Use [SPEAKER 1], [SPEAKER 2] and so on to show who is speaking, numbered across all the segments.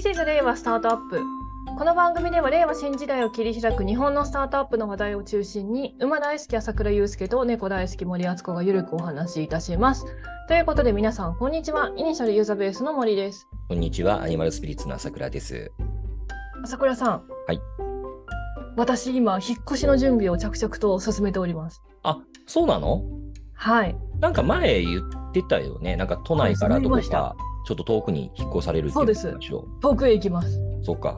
[SPEAKER 1] シーズ令和スタートアップこの番組では令和新時代を切り開く日本のスタートアップの話題を中心に馬大好き朝倉祐介と猫大好き森敦子がゆるくお話しいたしますということで皆さんこんにちはイニシャルユーザーベースの森です
[SPEAKER 2] こんにちは、アニマルスピリッツの朝倉です。
[SPEAKER 1] 朝倉さん
[SPEAKER 2] はい
[SPEAKER 1] 私今引っ越しの準備を着々と進めております
[SPEAKER 2] あ、そうなの
[SPEAKER 1] はい
[SPEAKER 2] なんか前言ってたよね。なんか都内からどこ
[SPEAKER 1] あそう言いました
[SPEAKER 2] か、ちょっと遠くに引っ越されるって
[SPEAKER 1] そう
[SPEAKER 2] い
[SPEAKER 1] で
[SPEAKER 2] う
[SPEAKER 1] す
[SPEAKER 2] 話を。
[SPEAKER 1] 遠くへ行きます
[SPEAKER 2] そうか。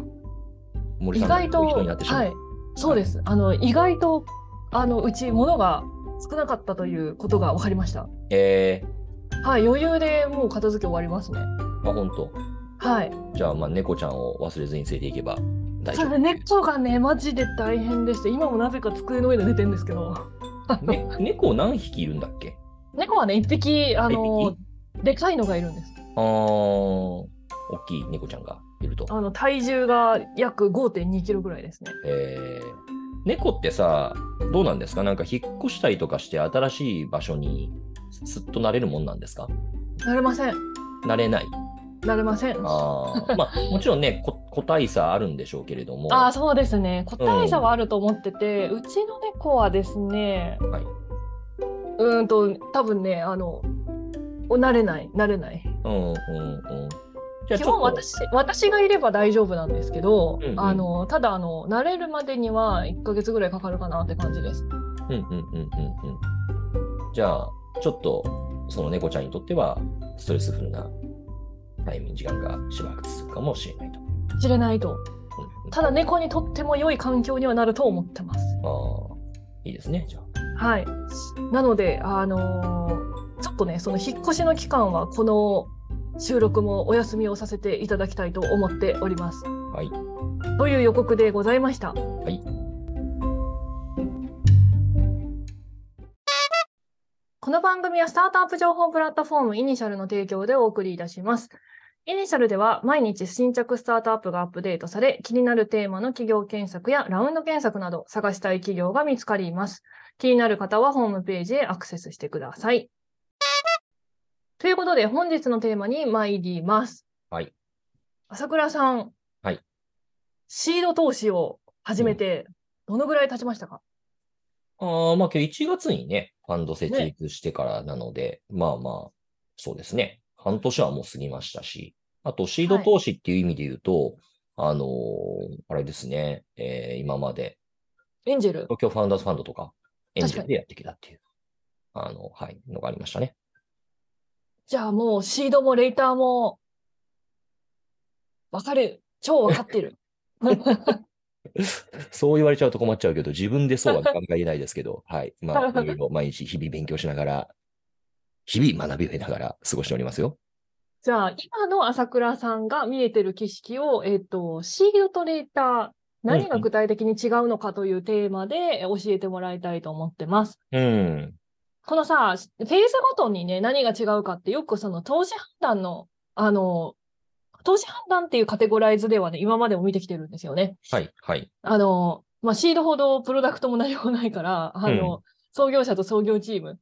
[SPEAKER 1] 意
[SPEAKER 2] 森さ
[SPEAKER 1] 外
[SPEAKER 2] んが
[SPEAKER 1] と
[SPEAKER 2] こういう人になってしまう。
[SPEAKER 1] はいそうですあの意外とあのうち物が少なかったということが分かりました
[SPEAKER 2] え
[SPEAKER 1] はい余裕でもう片付け終わりますね
[SPEAKER 2] ー、あ、ほんと。
[SPEAKER 1] はい
[SPEAKER 2] じゃあ、まあ、猫ちゃんを忘れずに連れていけば大
[SPEAKER 1] た
[SPEAKER 2] 丈夫。
[SPEAKER 1] だ猫がねマジで大変でして今もなぜか机の上で寝てるんですけど
[SPEAKER 2] ね、猫何匹いるんだっけ
[SPEAKER 1] 猫はね一匹あ
[SPEAKER 2] 一
[SPEAKER 1] のでかいのがいるんです
[SPEAKER 2] あー、大きい猫ちゃんがいると。
[SPEAKER 1] あの体重が約5 2キロぐらいですね
[SPEAKER 2] えー、猫ってさ、どうなんですかなんか引っ越したりとかして新しい場所にすっと慣れるもんなんですか
[SPEAKER 1] 慣れません
[SPEAKER 2] 慣れない。
[SPEAKER 1] 慣れませんあ
[SPEAKER 2] あー まあ、もちろんねこ、個体差あるんでしょうけれども、
[SPEAKER 1] あーそうですね個体差はあると思ってて、うちの猫はですね
[SPEAKER 2] はいう
[SPEAKER 1] ーんと多分ねあのお慣れない慣れない
[SPEAKER 2] うんうんうん。じゃあ
[SPEAKER 1] 基
[SPEAKER 2] ちょ
[SPEAKER 1] 本
[SPEAKER 2] っと、
[SPEAKER 1] 私私がいれば大丈夫なんですけど、
[SPEAKER 2] うんうん
[SPEAKER 1] あのただあの慣れるまでには1ヶ月ぐらいかかるかなって感じです。
[SPEAKER 2] うんうんうんうんうん。じゃあ、ちょっと、その猫ちゃんにとっては、ストレスフルなタイミング、時間がしばらく続くかもしれないと。
[SPEAKER 1] 知れないと
[SPEAKER 2] うんうん
[SPEAKER 1] ただ猫にとっても良い環境にはなると思ってます。
[SPEAKER 2] あーいいですね、じゃあ。
[SPEAKER 1] はい。なので、あのーちょっとね、その引っ越しの期間はこの収録もお休みをさせていただきたいと思っております。
[SPEAKER 2] はい。
[SPEAKER 1] という予告でございました。
[SPEAKER 2] い
[SPEAKER 1] この番組はスタートアップ情報プラットフォームイニシャルの提供でお送りいたします。イニシャルでは毎日新着スタートアップがアップデートされ、気になるテーマの企業検索やラウンド検索など探したい企業が見つかります。気になる方はホームページへアクセスしてください。ということで本日のテーマに参ります。
[SPEAKER 2] はい。
[SPEAKER 1] 朝倉さん。
[SPEAKER 2] はい。
[SPEAKER 1] シード投資を始めてどのぐらい経ちましたか、
[SPEAKER 2] あーまあ、けど1月にね、ファンド設立してからなので、まあまあ、そうですね。半年はもう過ぎましたし、あと、シード
[SPEAKER 1] はい
[SPEAKER 2] 投資っていう意味で言うと、あのーあれですね、えー今まで、
[SPEAKER 1] エンジェル。
[SPEAKER 2] 東京ファウンダーズファンドとか、エンジ
[SPEAKER 1] 確
[SPEAKER 2] ェ
[SPEAKER 1] か
[SPEAKER 2] ル
[SPEAKER 1] に
[SPEAKER 2] でやってきたっていう、あの、はい、のがありましたね。
[SPEAKER 1] じゃあもうシードもレーターも分かる。超分かってる。
[SPEAKER 2] そう言われちゃうと困っちゃうけど、自分でそう はなかなか言えないですけど、はい。まあ、いろいろ毎日日々勉強しながら、日々学びを得ながら過ごしておりますよ。
[SPEAKER 1] じゃあ今の朝倉さんが見えてる景色を、えっとシードとレーター何が具体的に違うのかというテーマでえ教えてもらいたいと思ってます。
[SPEAKER 2] うん。
[SPEAKER 1] このさ、フェーズごとにね、何が違うかって、よくその投資判断の、あの、投資判断っていうカテゴライズではね、今までも見てきてるんですよね。
[SPEAKER 2] はい、はい。
[SPEAKER 1] あの、まあ、シードほどプロダクトも何もないから、あの、創業者と創業チーム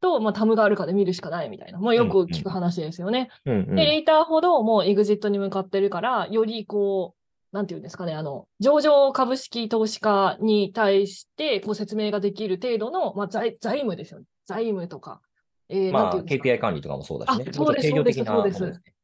[SPEAKER 1] と、まあ、タムがあるかで見るしかないみたいな、まあ、よく聞く話ですよね。
[SPEAKER 2] うん、うん
[SPEAKER 1] で、レーターほどもうエグジットに向かってるから、よりこう、なんていうんですかね、あの、上場株式投資家に対して、こう説明ができる程度の、まあ、財財務ですよね。財務とか。えー
[SPEAKER 2] まあ、
[SPEAKER 1] なんていうんですか
[SPEAKER 2] KPI 管理とかもそうだしね。
[SPEAKER 1] あそうです
[SPEAKER 2] もちろん定量的な
[SPEAKER 1] そうですそうです
[SPEAKER 2] ものね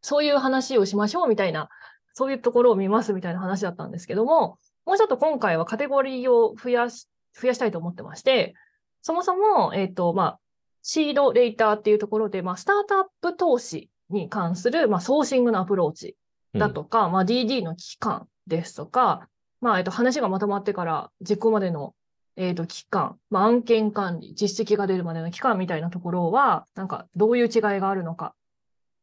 [SPEAKER 1] そういう話をしましょうみたいな、そういうところを見ますみたいな話だったんですけども、もうちょっと今回はカテゴリーを増やし、増やしたいと思ってまして、そもそも、えっ、と、まあ、シードレーターっていうところで、まあ、スタートアップ投資に関する、まあ、ソーシングのアプローチ
[SPEAKER 2] うん
[SPEAKER 1] だとか、まあ、DD の期間ですとか、まあ、えっと、話がまとまってから実行までの、えっと、期間、まあ、案件管理、実績が出るまでの期間みたいなところは、なんか、どういう違いがあるのか。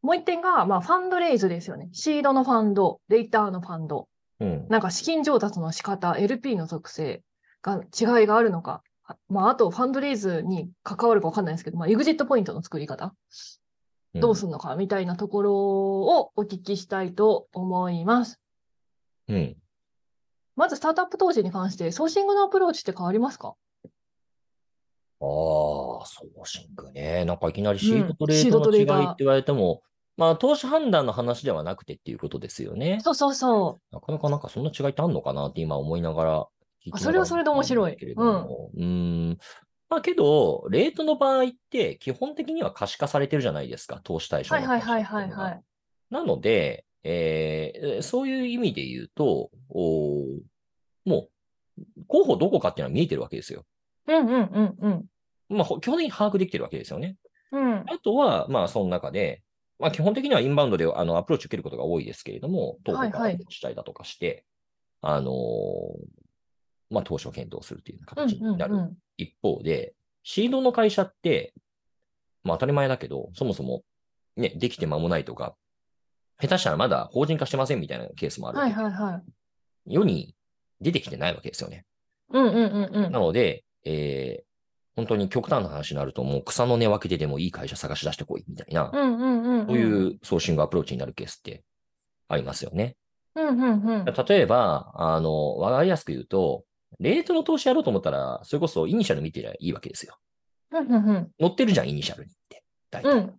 [SPEAKER 1] もう一点が、まあ、ファンドレイズですよね。シードのファンド、レイターのファンド、
[SPEAKER 2] うん。
[SPEAKER 1] なんか資金調達の仕方、LP の属性が、違いがあるのか。あまあ、あと、ファンドレイズに関わるかわかんないですけど、まあ、エグジットポイントの作り方、
[SPEAKER 2] ん
[SPEAKER 1] どうするのか、みたいなところをお聞きしたいと思います。
[SPEAKER 2] うん。
[SPEAKER 1] まずスタートアップ投資に関して、ソーシングのアプローチって変わりますか
[SPEAKER 2] ああ、ソーシングね。なんかいきなりシー
[SPEAKER 1] うん
[SPEAKER 2] ドトレードの
[SPEAKER 1] シ
[SPEAKER 2] 違
[SPEAKER 1] ードトレーダー
[SPEAKER 2] いって言われても、まあ、投資判断の話ではなくてっていうことですよね。
[SPEAKER 1] そうそうそ
[SPEAKER 2] なかなかなんかそんな違いってあんのかなって今思いながら聞い
[SPEAKER 1] あ
[SPEAKER 2] て
[SPEAKER 1] それはそれで面白い
[SPEAKER 2] けれども。うん。んまあけど、レートの場合って基本的には可視化されてるじゃないですか、投資対
[SPEAKER 1] う。
[SPEAKER 2] 象
[SPEAKER 1] はい
[SPEAKER 2] の
[SPEAKER 1] はい
[SPEAKER 2] 投資
[SPEAKER 1] はい
[SPEAKER 2] って
[SPEAKER 1] はいいう
[SPEAKER 2] のが
[SPEAKER 1] はい。
[SPEAKER 2] なので、えーそういう意味で言うと、おーもう、候補どこかっていうのは見えてるわけですよ。
[SPEAKER 1] うんうんうんうん。
[SPEAKER 2] まあ、ほ基本的に把握できてるわけですよね。
[SPEAKER 1] うん。
[SPEAKER 2] あとは、まあ、その中で、まあ、基本的にはインバウンドであのアプローチ受けることが多いですけれども、当
[SPEAKER 1] はい
[SPEAKER 2] 方から
[SPEAKER 1] はい
[SPEAKER 2] 自治体だとかして、あのーまあ、投資を検討するというよう
[SPEAKER 1] う
[SPEAKER 2] なん形にな
[SPEAKER 1] うんう
[SPEAKER 2] る
[SPEAKER 1] ん。
[SPEAKER 2] 一方で、シードの会社って、まあ、当たり前だけど、そもそも、ね、できて間もないとか、下手したらまだ法人化してませんみたいなケースもあるわ
[SPEAKER 1] は
[SPEAKER 2] け
[SPEAKER 1] い
[SPEAKER 2] で、
[SPEAKER 1] はいはい。
[SPEAKER 2] 世に出てきてないわけですよね。
[SPEAKER 1] うんうんうんうん
[SPEAKER 2] な。ので、えー本当に極端な話になると、もう草の根分けででもいい会社探し出してこいみたいな、
[SPEAKER 1] うんうんうんうん。
[SPEAKER 2] そういうソーシングアプローチになるケースってありますよね。
[SPEAKER 1] うんうんうん。
[SPEAKER 2] 例えば、あの、わかりやすく言うと、レートの投資やろうと思ったら、それこそイニシャル見てりゃいいわけですよ。
[SPEAKER 1] うんうんうん。
[SPEAKER 2] 乗ってるじゃん、イニシャルにって。大体
[SPEAKER 1] うん。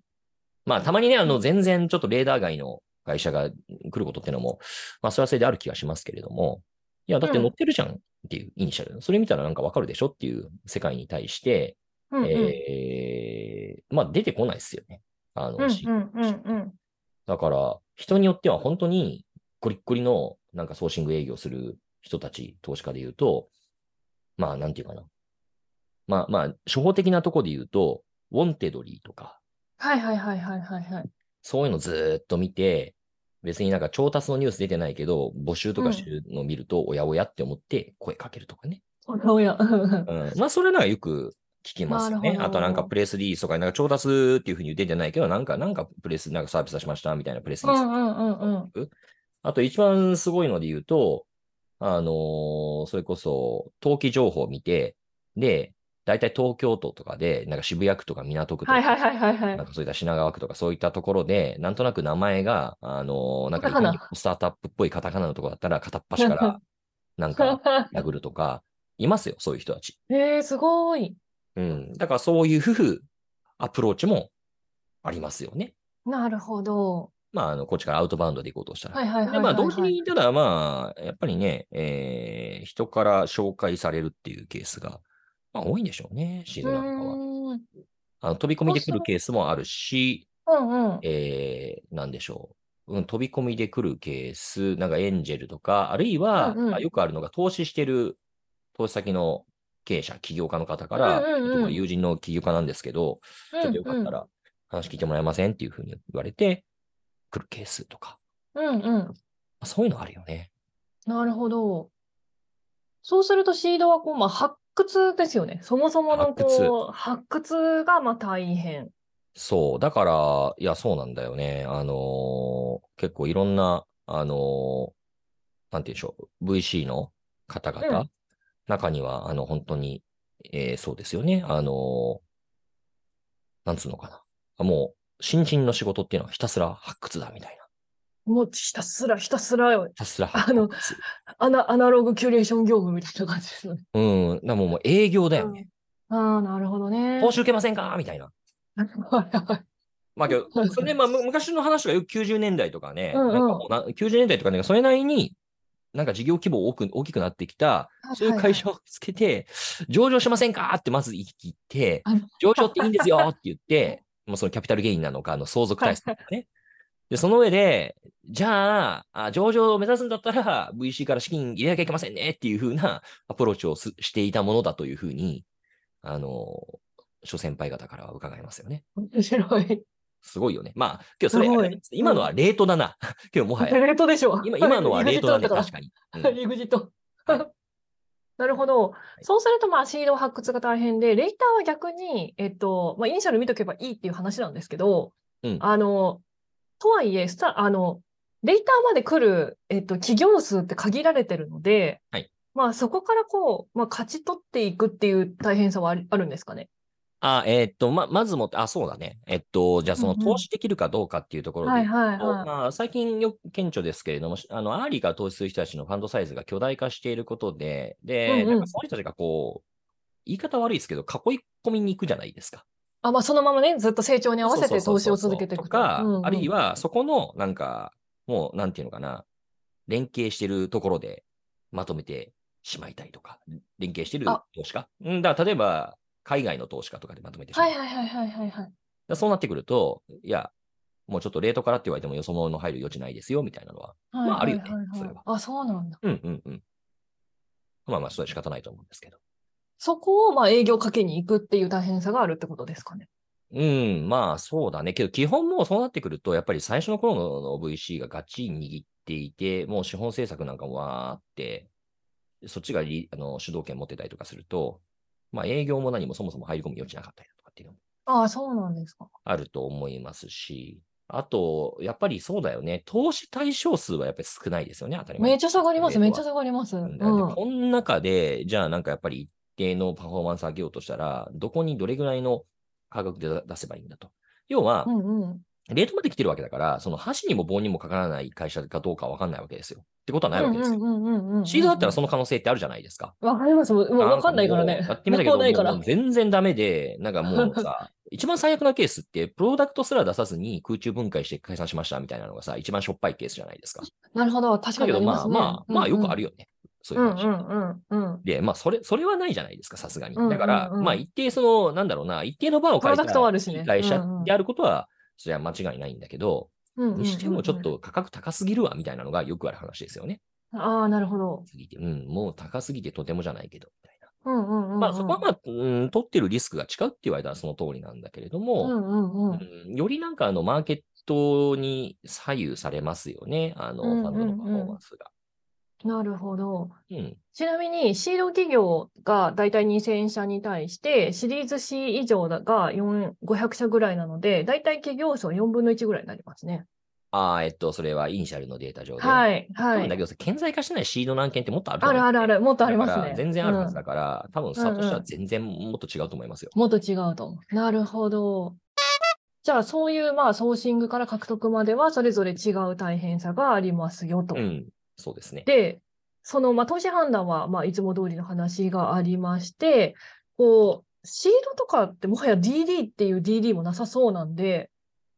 [SPEAKER 2] まあ、たまにね、あの、全然ちょっとレーダー外の会社が来ることってのも、まあ、それはそれである気がしますけれども、いや、だって乗ってるじゃんっていう、イニシャル。それ見たらなんかわかるでしょっていう世界に対して、
[SPEAKER 1] うんうん。
[SPEAKER 2] えーまあ、出てこないですよね。あの、
[SPEAKER 1] うん
[SPEAKER 2] し
[SPEAKER 1] うんうんうん。
[SPEAKER 2] だから、人によっては本当にゴリッゴリのなんかソーシング営業する人たち、投資家で言うと、まあ、なんていうかな。まあまあ、初歩的なとこで言うと、ウォンテドリーとか、
[SPEAKER 1] はいはいはいはいはい はい。
[SPEAKER 2] そういうのずーっと見て、別になんか調達のニュース出てないけど、募集とかしてるのを見ると、おやおやって思って声かけるとかね。
[SPEAKER 1] おやおや。うん
[SPEAKER 2] うん、まあ、それならよく聞きますよ
[SPEAKER 1] なる
[SPEAKER 2] ね。
[SPEAKER 1] ほど
[SPEAKER 2] あとなんかプレスリリースとか、なんか調達っていうふうに出てないけど、なんか、なんかプレス、なんかサービス出しましたみたいなプレス
[SPEAKER 1] う
[SPEAKER 2] リリース。
[SPEAKER 1] んうんうん。
[SPEAKER 2] あと一番すごいので言うと、あのーそれこそ、登記情報を見て、で、大体東京都とかで、なんか渋谷区とか港区とか、
[SPEAKER 1] はいはいはいはい はい
[SPEAKER 2] なん。かそういった品川区とかそういったところで、なんとなく名前が、あのーなんかい
[SPEAKER 1] カタカナ
[SPEAKER 2] かにもスタートアップっぽいカタカナのところだったら片っ 端から、なんか、殴るとか、いますよ、そういう人たち。
[SPEAKER 1] えー、すごい。
[SPEAKER 2] うん。だからそういう夫婦アプローチもありますよね。
[SPEAKER 1] なるほど。
[SPEAKER 2] まあ、あの、こっちからアウトバウンドで行こうとしたら。
[SPEAKER 1] はいはいはいはい、は
[SPEAKER 2] で
[SPEAKER 1] い。
[SPEAKER 2] まあ、同時に、ただまあ、やっぱりね、えー人から紹介されるっていうケースが、まあ、多いんでしょうね、シー
[SPEAKER 1] う
[SPEAKER 2] ド
[SPEAKER 1] ー
[SPEAKER 2] なんかは。
[SPEAKER 1] ん。
[SPEAKER 2] あの飛び込みで来るケースもあるし、
[SPEAKER 1] うんうん。
[SPEAKER 2] えー、なんでしょう。うん、飛び込みで来るケース、なんかエンジェルとか、あるいは、
[SPEAKER 1] うんうん
[SPEAKER 2] あよくあるのが、投資してる投資先の経営者、起業家の方から、
[SPEAKER 1] うんうんうん
[SPEAKER 2] ちょっとこれ友人の起業家なんですけど、ちょっとよかったら話聞いてもらえませんっていうふうに言われて、来るケースとか、
[SPEAKER 1] うんうん。うんうん。
[SPEAKER 2] まあそういうのあるよね。
[SPEAKER 1] なるほど。そうするとシードはこう、まあ、発掘ですよね。そもそものこう発掘がまあ大変。
[SPEAKER 2] そう、だから、いや、そうなんだよね。あのー結構いろんな、あのーなんて言うんでしょう、VC の方々、
[SPEAKER 1] うん
[SPEAKER 2] 中には、あの、本当に、えーそうですよね。あのーなんつうのかな。あもう、新人の仕事っていうのはひたすら発掘だ、みたいな。
[SPEAKER 1] もうひたすらひたすらよ
[SPEAKER 2] ひたすら
[SPEAKER 1] あ
[SPEAKER 2] 発
[SPEAKER 1] の
[SPEAKER 2] 掘。
[SPEAKER 1] アナ、アナログキュレーション業務みたいな感じですよね。
[SPEAKER 2] うん、だからもうもう営業だよね。
[SPEAKER 1] ああ、なるほどね。
[SPEAKER 2] 報酬受けませんかみたいな。
[SPEAKER 1] はいはい
[SPEAKER 2] まあけど、それで、まあ、む昔の話がよく90年代とかね、
[SPEAKER 1] うんうん
[SPEAKER 2] なんかもうな90年代とかね、それなりに、なんか事業規模大き大きくなってきた、そういう会社をつけて、上場しませんかってまず言って
[SPEAKER 1] あの、
[SPEAKER 2] 上場っていいんですよって言 って、もうそのキャピタルゲインなのか、あの相続対策とかね。で、その上で、じゃあ、あ上場を目指すんだったら、VC から資金入れなきゃいけませんねっていうふうなアプローチをすしていたものだというふうに、あの、諸先輩方からは伺いますよね。
[SPEAKER 1] 面白い。
[SPEAKER 2] すごいよね。まあ、今日それ、
[SPEAKER 1] すごい
[SPEAKER 2] あれ今のはレートだな。 今日も はや。
[SPEAKER 1] レートでしょ。
[SPEAKER 2] 今今のはレートだね、確かに。うん
[SPEAKER 1] リグジット
[SPEAKER 2] はい。
[SPEAKER 1] なるほど。そうすると、まあ、シード発掘が大変で、レーターは逆に、えっと、まあ、イニシャル見とけばいいっていう話なんですけど、
[SPEAKER 2] うん
[SPEAKER 1] あの、とはいえ、スタ、あの、レーターまで来る、えっと、企業数って限られてるので、
[SPEAKER 2] はい
[SPEAKER 1] まあ、そこからこう、まあ、勝ち取っていくっていう大変さはありあるんですかね。
[SPEAKER 2] あ、えーっと、ま、まずもって、あ、そうだね。えっと、じゃあその
[SPEAKER 1] うんうん
[SPEAKER 2] 投資できるかどうかっていうところで
[SPEAKER 1] はい
[SPEAKER 2] 言う
[SPEAKER 1] はい
[SPEAKER 2] と、
[SPEAKER 1] は
[SPEAKER 2] まあ、最近よく顕著ですけれども、あの、アーリーが投資する人たちのファンドサイズが巨大化していることで、で、
[SPEAKER 1] うんうん
[SPEAKER 2] なんかその人たちがこう、言い方悪いですけど、囲い込みに行くじゃないですか。
[SPEAKER 1] あ、まあ、そのままね、ずっと成長に合わせ
[SPEAKER 2] そう
[SPEAKER 1] て
[SPEAKER 2] そう
[SPEAKER 1] 投資
[SPEAKER 2] そう
[SPEAKER 1] を
[SPEAKER 2] そう
[SPEAKER 1] 続けていく
[SPEAKER 2] とか、あるい
[SPEAKER 1] は、
[SPEAKER 2] はそこの、なんか、もう、なんていうのかな、連携してるところでまとめてしまいたいとか、連携してる
[SPEAKER 1] あ
[SPEAKER 2] 投資家。うんだから例えば、海外の投資家とかでまとめてしまう。
[SPEAKER 1] はいはいはいはいはいはい。
[SPEAKER 2] だからそうなってくると、いや、もうちょっとレートからって言われてもよそ者の入る余地ないですよ、みたいなのは。まああるよね
[SPEAKER 1] はいはいはいはい
[SPEAKER 2] それは
[SPEAKER 1] あ、そうなんだ。
[SPEAKER 2] うんうんうん。まあまあ、それは仕方ないと思うんですけど。
[SPEAKER 1] そこをまあ営業かけに行くっていう大変さがあるってことですかね。
[SPEAKER 2] うん、まあそうだね。けど基本もうそうなってくると、やっぱり最初の頃の VC がガチ握っていて、もう資本政策なんかもわーって、そっちがりあの主導権持ってたりとかすると、まあ営業も何もそもそも入り込む余地なかったりだとかっていうのも
[SPEAKER 1] ああ、そうなんですか。
[SPEAKER 2] あると思いますし、あと、やっぱりそうだよね。投資対象数はやっぱり少ないですよね、当たり前。
[SPEAKER 1] めっちゃ下がります。めっちゃ
[SPEAKER 2] 下
[SPEAKER 1] 下がります。うん。
[SPEAKER 2] がこの中で、じゃあなんかやっぱり一定のパフォーマンス上げようとしたら、どこにどれぐらいの価格で出せばいいんだと。要は、
[SPEAKER 1] うんうん。
[SPEAKER 2] レートまで来てるわけだから、その箸にも棒にもかからない会社かどうかわかんないわけですよ。ってことはないわけですよ。
[SPEAKER 1] うんうんうんうんうんうん
[SPEAKER 2] シードだったらその可能性ってあるじゃないですか。
[SPEAKER 1] わかります。もうもうわかんないからね
[SPEAKER 2] もう。やってみたけど、
[SPEAKER 1] もうないから
[SPEAKER 2] もう。全然ダメで、なんかもうさ、 一番最悪なケースって、プロダクトすら出さずに空中分解して解散しましたみたいなのがさ、一番しょっぱいケースじゃないですか。
[SPEAKER 1] なるほど。確か
[SPEAKER 2] だけ
[SPEAKER 1] にあ
[SPEAKER 2] ど、
[SPEAKER 1] りま
[SPEAKER 2] ますあ
[SPEAKER 1] ね。
[SPEAKER 2] まあ、まあよくあ
[SPEAKER 1] る。
[SPEAKER 2] るよね。そう
[SPEAKER 1] う
[SPEAKER 2] いう
[SPEAKER 1] う
[SPEAKER 2] ん話。
[SPEAKER 1] んうんうん。
[SPEAKER 2] で、まあ、それ、それはないじゃないですか、さすがに。
[SPEAKER 1] うんうんうん
[SPEAKER 2] だから、まあ、一定、その、なんだろうな、一定のバーを
[SPEAKER 1] プロダクトはあるしね
[SPEAKER 2] いい会社
[SPEAKER 1] うんうん
[SPEAKER 2] であることは、それは間違いないんだけど、
[SPEAKER 1] うんうんうんうん
[SPEAKER 2] にしてもちょっ。と価格高すぎるわみたいなのがよくある話ですよね。
[SPEAKER 1] ああ、なるほど。
[SPEAKER 2] すぎてうん、もう高すぎてとてもじゃないけど、みたいな。
[SPEAKER 1] うんうんうんうん。
[SPEAKER 2] まあそこはまあ、うん、取ってるリスクが違うって言われたらその通りなんだけれど
[SPEAKER 1] うん
[SPEAKER 2] も、
[SPEAKER 1] うんうん。
[SPEAKER 2] うんよりなんかあのマーケットに左右されますよね、あの、
[SPEAKER 1] うんうん
[SPEAKER 2] ファンドのパフォーマンスが。
[SPEAKER 1] なるほど。
[SPEAKER 2] うん、
[SPEAKER 1] ちなみに、シード企業がだいたい2000社に対して、シリーズ C 以上が4 500社ぐらいなので、だいたい企業層4分の1ぐらいになりますね。
[SPEAKER 2] ああ、えっと、それはイニシャルのデータ上で。い。
[SPEAKER 1] はい、
[SPEAKER 2] 多
[SPEAKER 1] は
[SPEAKER 2] 分だ
[SPEAKER 1] い。
[SPEAKER 2] けどさ、顕在化してないシードの案件ってもっとあると
[SPEAKER 1] あ
[SPEAKER 2] 思う
[SPEAKER 1] るあるある、もっとありま
[SPEAKER 2] だ
[SPEAKER 1] す
[SPEAKER 2] から
[SPEAKER 1] ね。
[SPEAKER 2] 全然あるはず
[SPEAKER 1] うん
[SPEAKER 2] だから、多分スタートしたら全然もっと違うと思いますよ。
[SPEAKER 1] もっと違うと思う。なるほど。じゃあ、そういう、まあ、ソーシングから獲得までは、それぞれ違う大変さがありますよと。
[SPEAKER 2] うん、そうですね。
[SPEAKER 1] で、その、まあ、投資判断は、まあ、いつも通りの話がありまして、こう、シードとかってもはや DD っていう DD もなさそうなんで、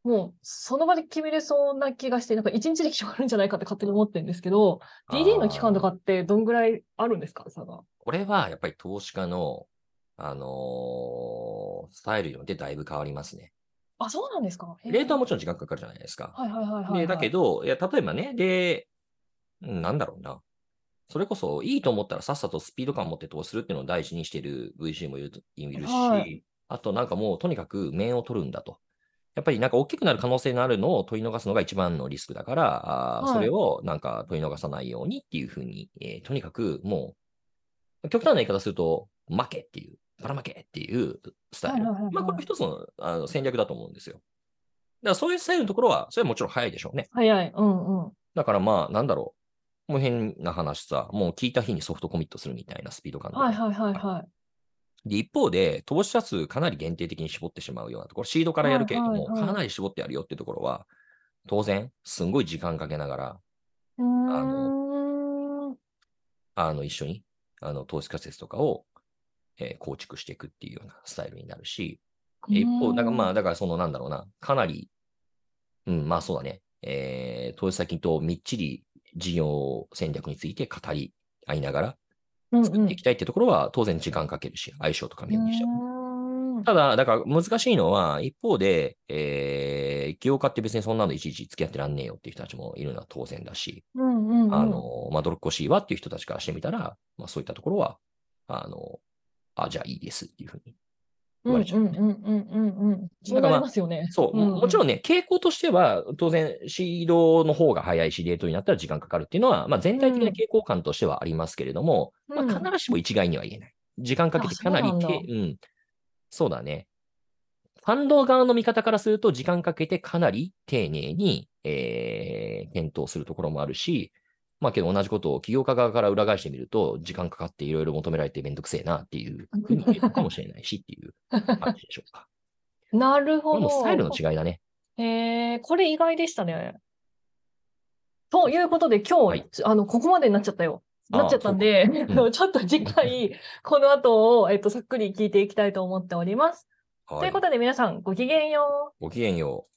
[SPEAKER 1] もうその場で決めれそうな気がして、なんか一日で決まるんじゃないかって勝手に思ってるんですけど、DD の期間とかってどんぐらいあるんですか、差が。
[SPEAKER 2] これはやっぱり投資家の、あのースタイルによってだいぶ変わりますね。
[SPEAKER 1] あ、そうなんですか。へー
[SPEAKER 2] レートはもちろん時間かかるじゃないですか。
[SPEAKER 1] はいはいはいはい、
[SPEAKER 2] でだけど、いや、例えばね、で、うんなんだろうな。それこそ、いいと思ったらさっさとスピード感持って投資するっていうのを大事にしてる VC もいるといるし、
[SPEAKER 1] はい
[SPEAKER 2] あとなんかもうとにかく面を取るんだと。やっぱりなんか大きくなる可能性のあるのを取り逃すのが一番のリスクだから、あー
[SPEAKER 1] はい
[SPEAKER 2] それをなんか取り逃さないようにっていうふうに、えーとにかくもう、極端な言い方すると、負けっていう、ばら負けっていうスタイル。
[SPEAKER 1] はいはいはいはい
[SPEAKER 2] まあこれも一つのあの戦略だと思うんですよ。だからそういうスタイルのところは、それはもちろん早いでしょうね。
[SPEAKER 1] 早い。うんうん。
[SPEAKER 2] だからまあ、なんだろう。もう変な話さ、もう聞いた日にソフトコミットするみたいなスピード感の
[SPEAKER 1] はいはいはいはい。
[SPEAKER 2] で、一方で、投資者数かなり限定的に絞ってしまうようなところ、シードからやるけれど
[SPEAKER 1] はい
[SPEAKER 2] も、
[SPEAKER 1] はいはい
[SPEAKER 2] かなり絞ってやるよってところは、当然、すんごい時間かけながら、
[SPEAKER 1] うーん。
[SPEAKER 2] あの、一緒に、あの、投資仮説とかを、えー構築していくっていうようなスタイルになるし、一方、なんかま
[SPEAKER 1] あ、
[SPEAKER 2] あ、だからそのなんだろうな、かなり、うん、まあそうだね、えー、投資先とみっちり事業戦略について語り合いながら
[SPEAKER 1] うん
[SPEAKER 2] 作っていきたいってところは当然時間かけるし、相性とか見
[SPEAKER 1] う
[SPEAKER 2] にしちゃう。
[SPEAKER 1] ん。うーん
[SPEAKER 2] ただ、だから難しいのは、一方で、えー、起業家って別にそんなのいちいち付き合ってらんねえよっていう人たちもいるのは当然だし、
[SPEAKER 1] うんうんうん
[SPEAKER 2] あの、まあ、泥っこしいわっていう人たちからしてみたら、まあそういったところは、あの、あ、じゃあいいですっていうふうに言われちゃうね
[SPEAKER 1] んうんうんうんうんうん。そうなりますよね。
[SPEAKER 2] そう、
[SPEAKER 1] ん
[SPEAKER 2] ももちろんね、傾向としては、当然、シードの方が早いし、レートになったら時間かかるっていうのは、まあ、全体的な
[SPEAKER 1] うん
[SPEAKER 2] 傾向感としてはありますけれども、
[SPEAKER 1] うん
[SPEAKER 2] まあ、必ずしも一概には言えない。時間かけて
[SPEAKER 1] あ
[SPEAKER 2] かなり
[SPEAKER 1] そうなんだ
[SPEAKER 2] けうん、そうだね。ファンド側の見方からすると、時間かけてかなり丁寧に、えー検討するところもあるし、まあけど同じことを起業家側から裏返してみると、時間かかっていろいろ求められてめんどくせえなっていうふうに言えるかもしれないしっていう感じでしょ うか。
[SPEAKER 1] なる
[SPEAKER 2] こ
[SPEAKER 1] ほ
[SPEAKER 2] れも
[SPEAKER 1] ど。
[SPEAKER 2] スタイルの違いだね。
[SPEAKER 1] えー、これ意外でしたね。ということで、今日、
[SPEAKER 2] はい
[SPEAKER 1] あの、ここまでになっちゃったよ。
[SPEAKER 2] あー
[SPEAKER 1] なっちゃったんで、
[SPEAKER 2] うかう
[SPEAKER 1] ちょっと次回、この後を、えっと、さっくり聞いていきたいと思っております。は
[SPEAKER 2] ということで皆さんごきげんよう。
[SPEAKER 1] ごきげんよう。